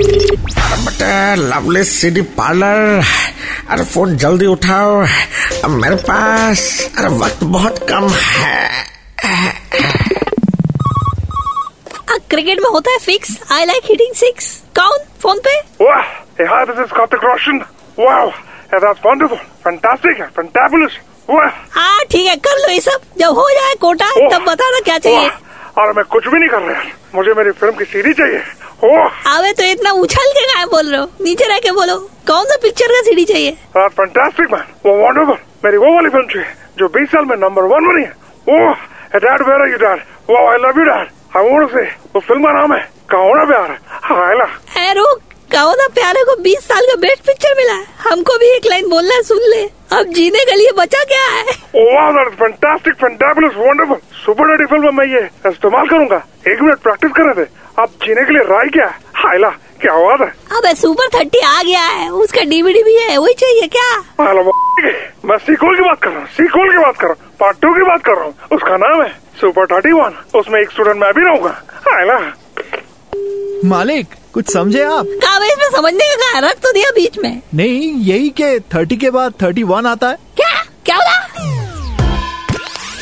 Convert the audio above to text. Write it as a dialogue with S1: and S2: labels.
S1: But lovely city parlour अरे phone जल्दी उठाओ अब मेरे पास अरे वक्त बहुत कम है
S2: क्रिकेट में होता है fix I like hitting six कौन फोन पे
S3: Wow! Hey, hi, this is Karthik Roshan. Wow! Yeah, that's wonderful. Fantastic. Fantabulous. Wow!
S2: हाँ ठीक है कर लो ये सब जब हो जाए कोटा
S3: ओह,
S2: तब बताना क्या चाहिए
S3: वाह, और मैं कुछ भी नहीं कर रहा यार मुझे मेरी फिल्म की सीडी चाहिए Oh, ओह
S2: आवे तो इतना उछल के गायब बोल रहे हो नीचे रह के बोलो कौन सा पिक्चर का सीडी चाहिए
S3: दैट फैंटास्टिक मैन वो वंडरफुल Oh, मेरी वो वाली फिल्म चाहिए जो 20 साल में नंबर वन बनी है Oh, oh dad where are you dad वाह I love you dad I want से वो फिल्म का नाम है कहोना प्यार हायला
S2: ए रुक कहो ना प्यारे को 20 साल का बेस्ट पिक्चर मिला है हमको भी एक लाइन बोलना है सुन ले अब जीने के लिए बचा क्या है
S3: वाह that is fantastic fantabulous wonderful super daddy film में मैं ये इस्तेमाल करूंगा एक मिनट प्रैक्टिस कर रहे थे आप जीने के लिए राय क्या है हायला क्या आवाज है
S2: अब सुपर थर्टी आ गया है उसका डीवीडी भी है वही चाहिए क्या
S3: हेलो मैं सीक्वल की बात कर रहा हूँ सीक्वल की बात कर रहा हूँ पार्ट टू की बात कर रहा हूँ उसका नाम है सुपर थर्टी वन उसमें एक स्टूडेंट मैं भी रहूंगा आयला
S4: मालिक कुछ समझे आप
S2: कावे इसमें समझने का कहा रख तो दिया बीच में
S4: नहीं यही के थर्टी के बाद थर्टी वन आता है
S2: क्या क्या बोला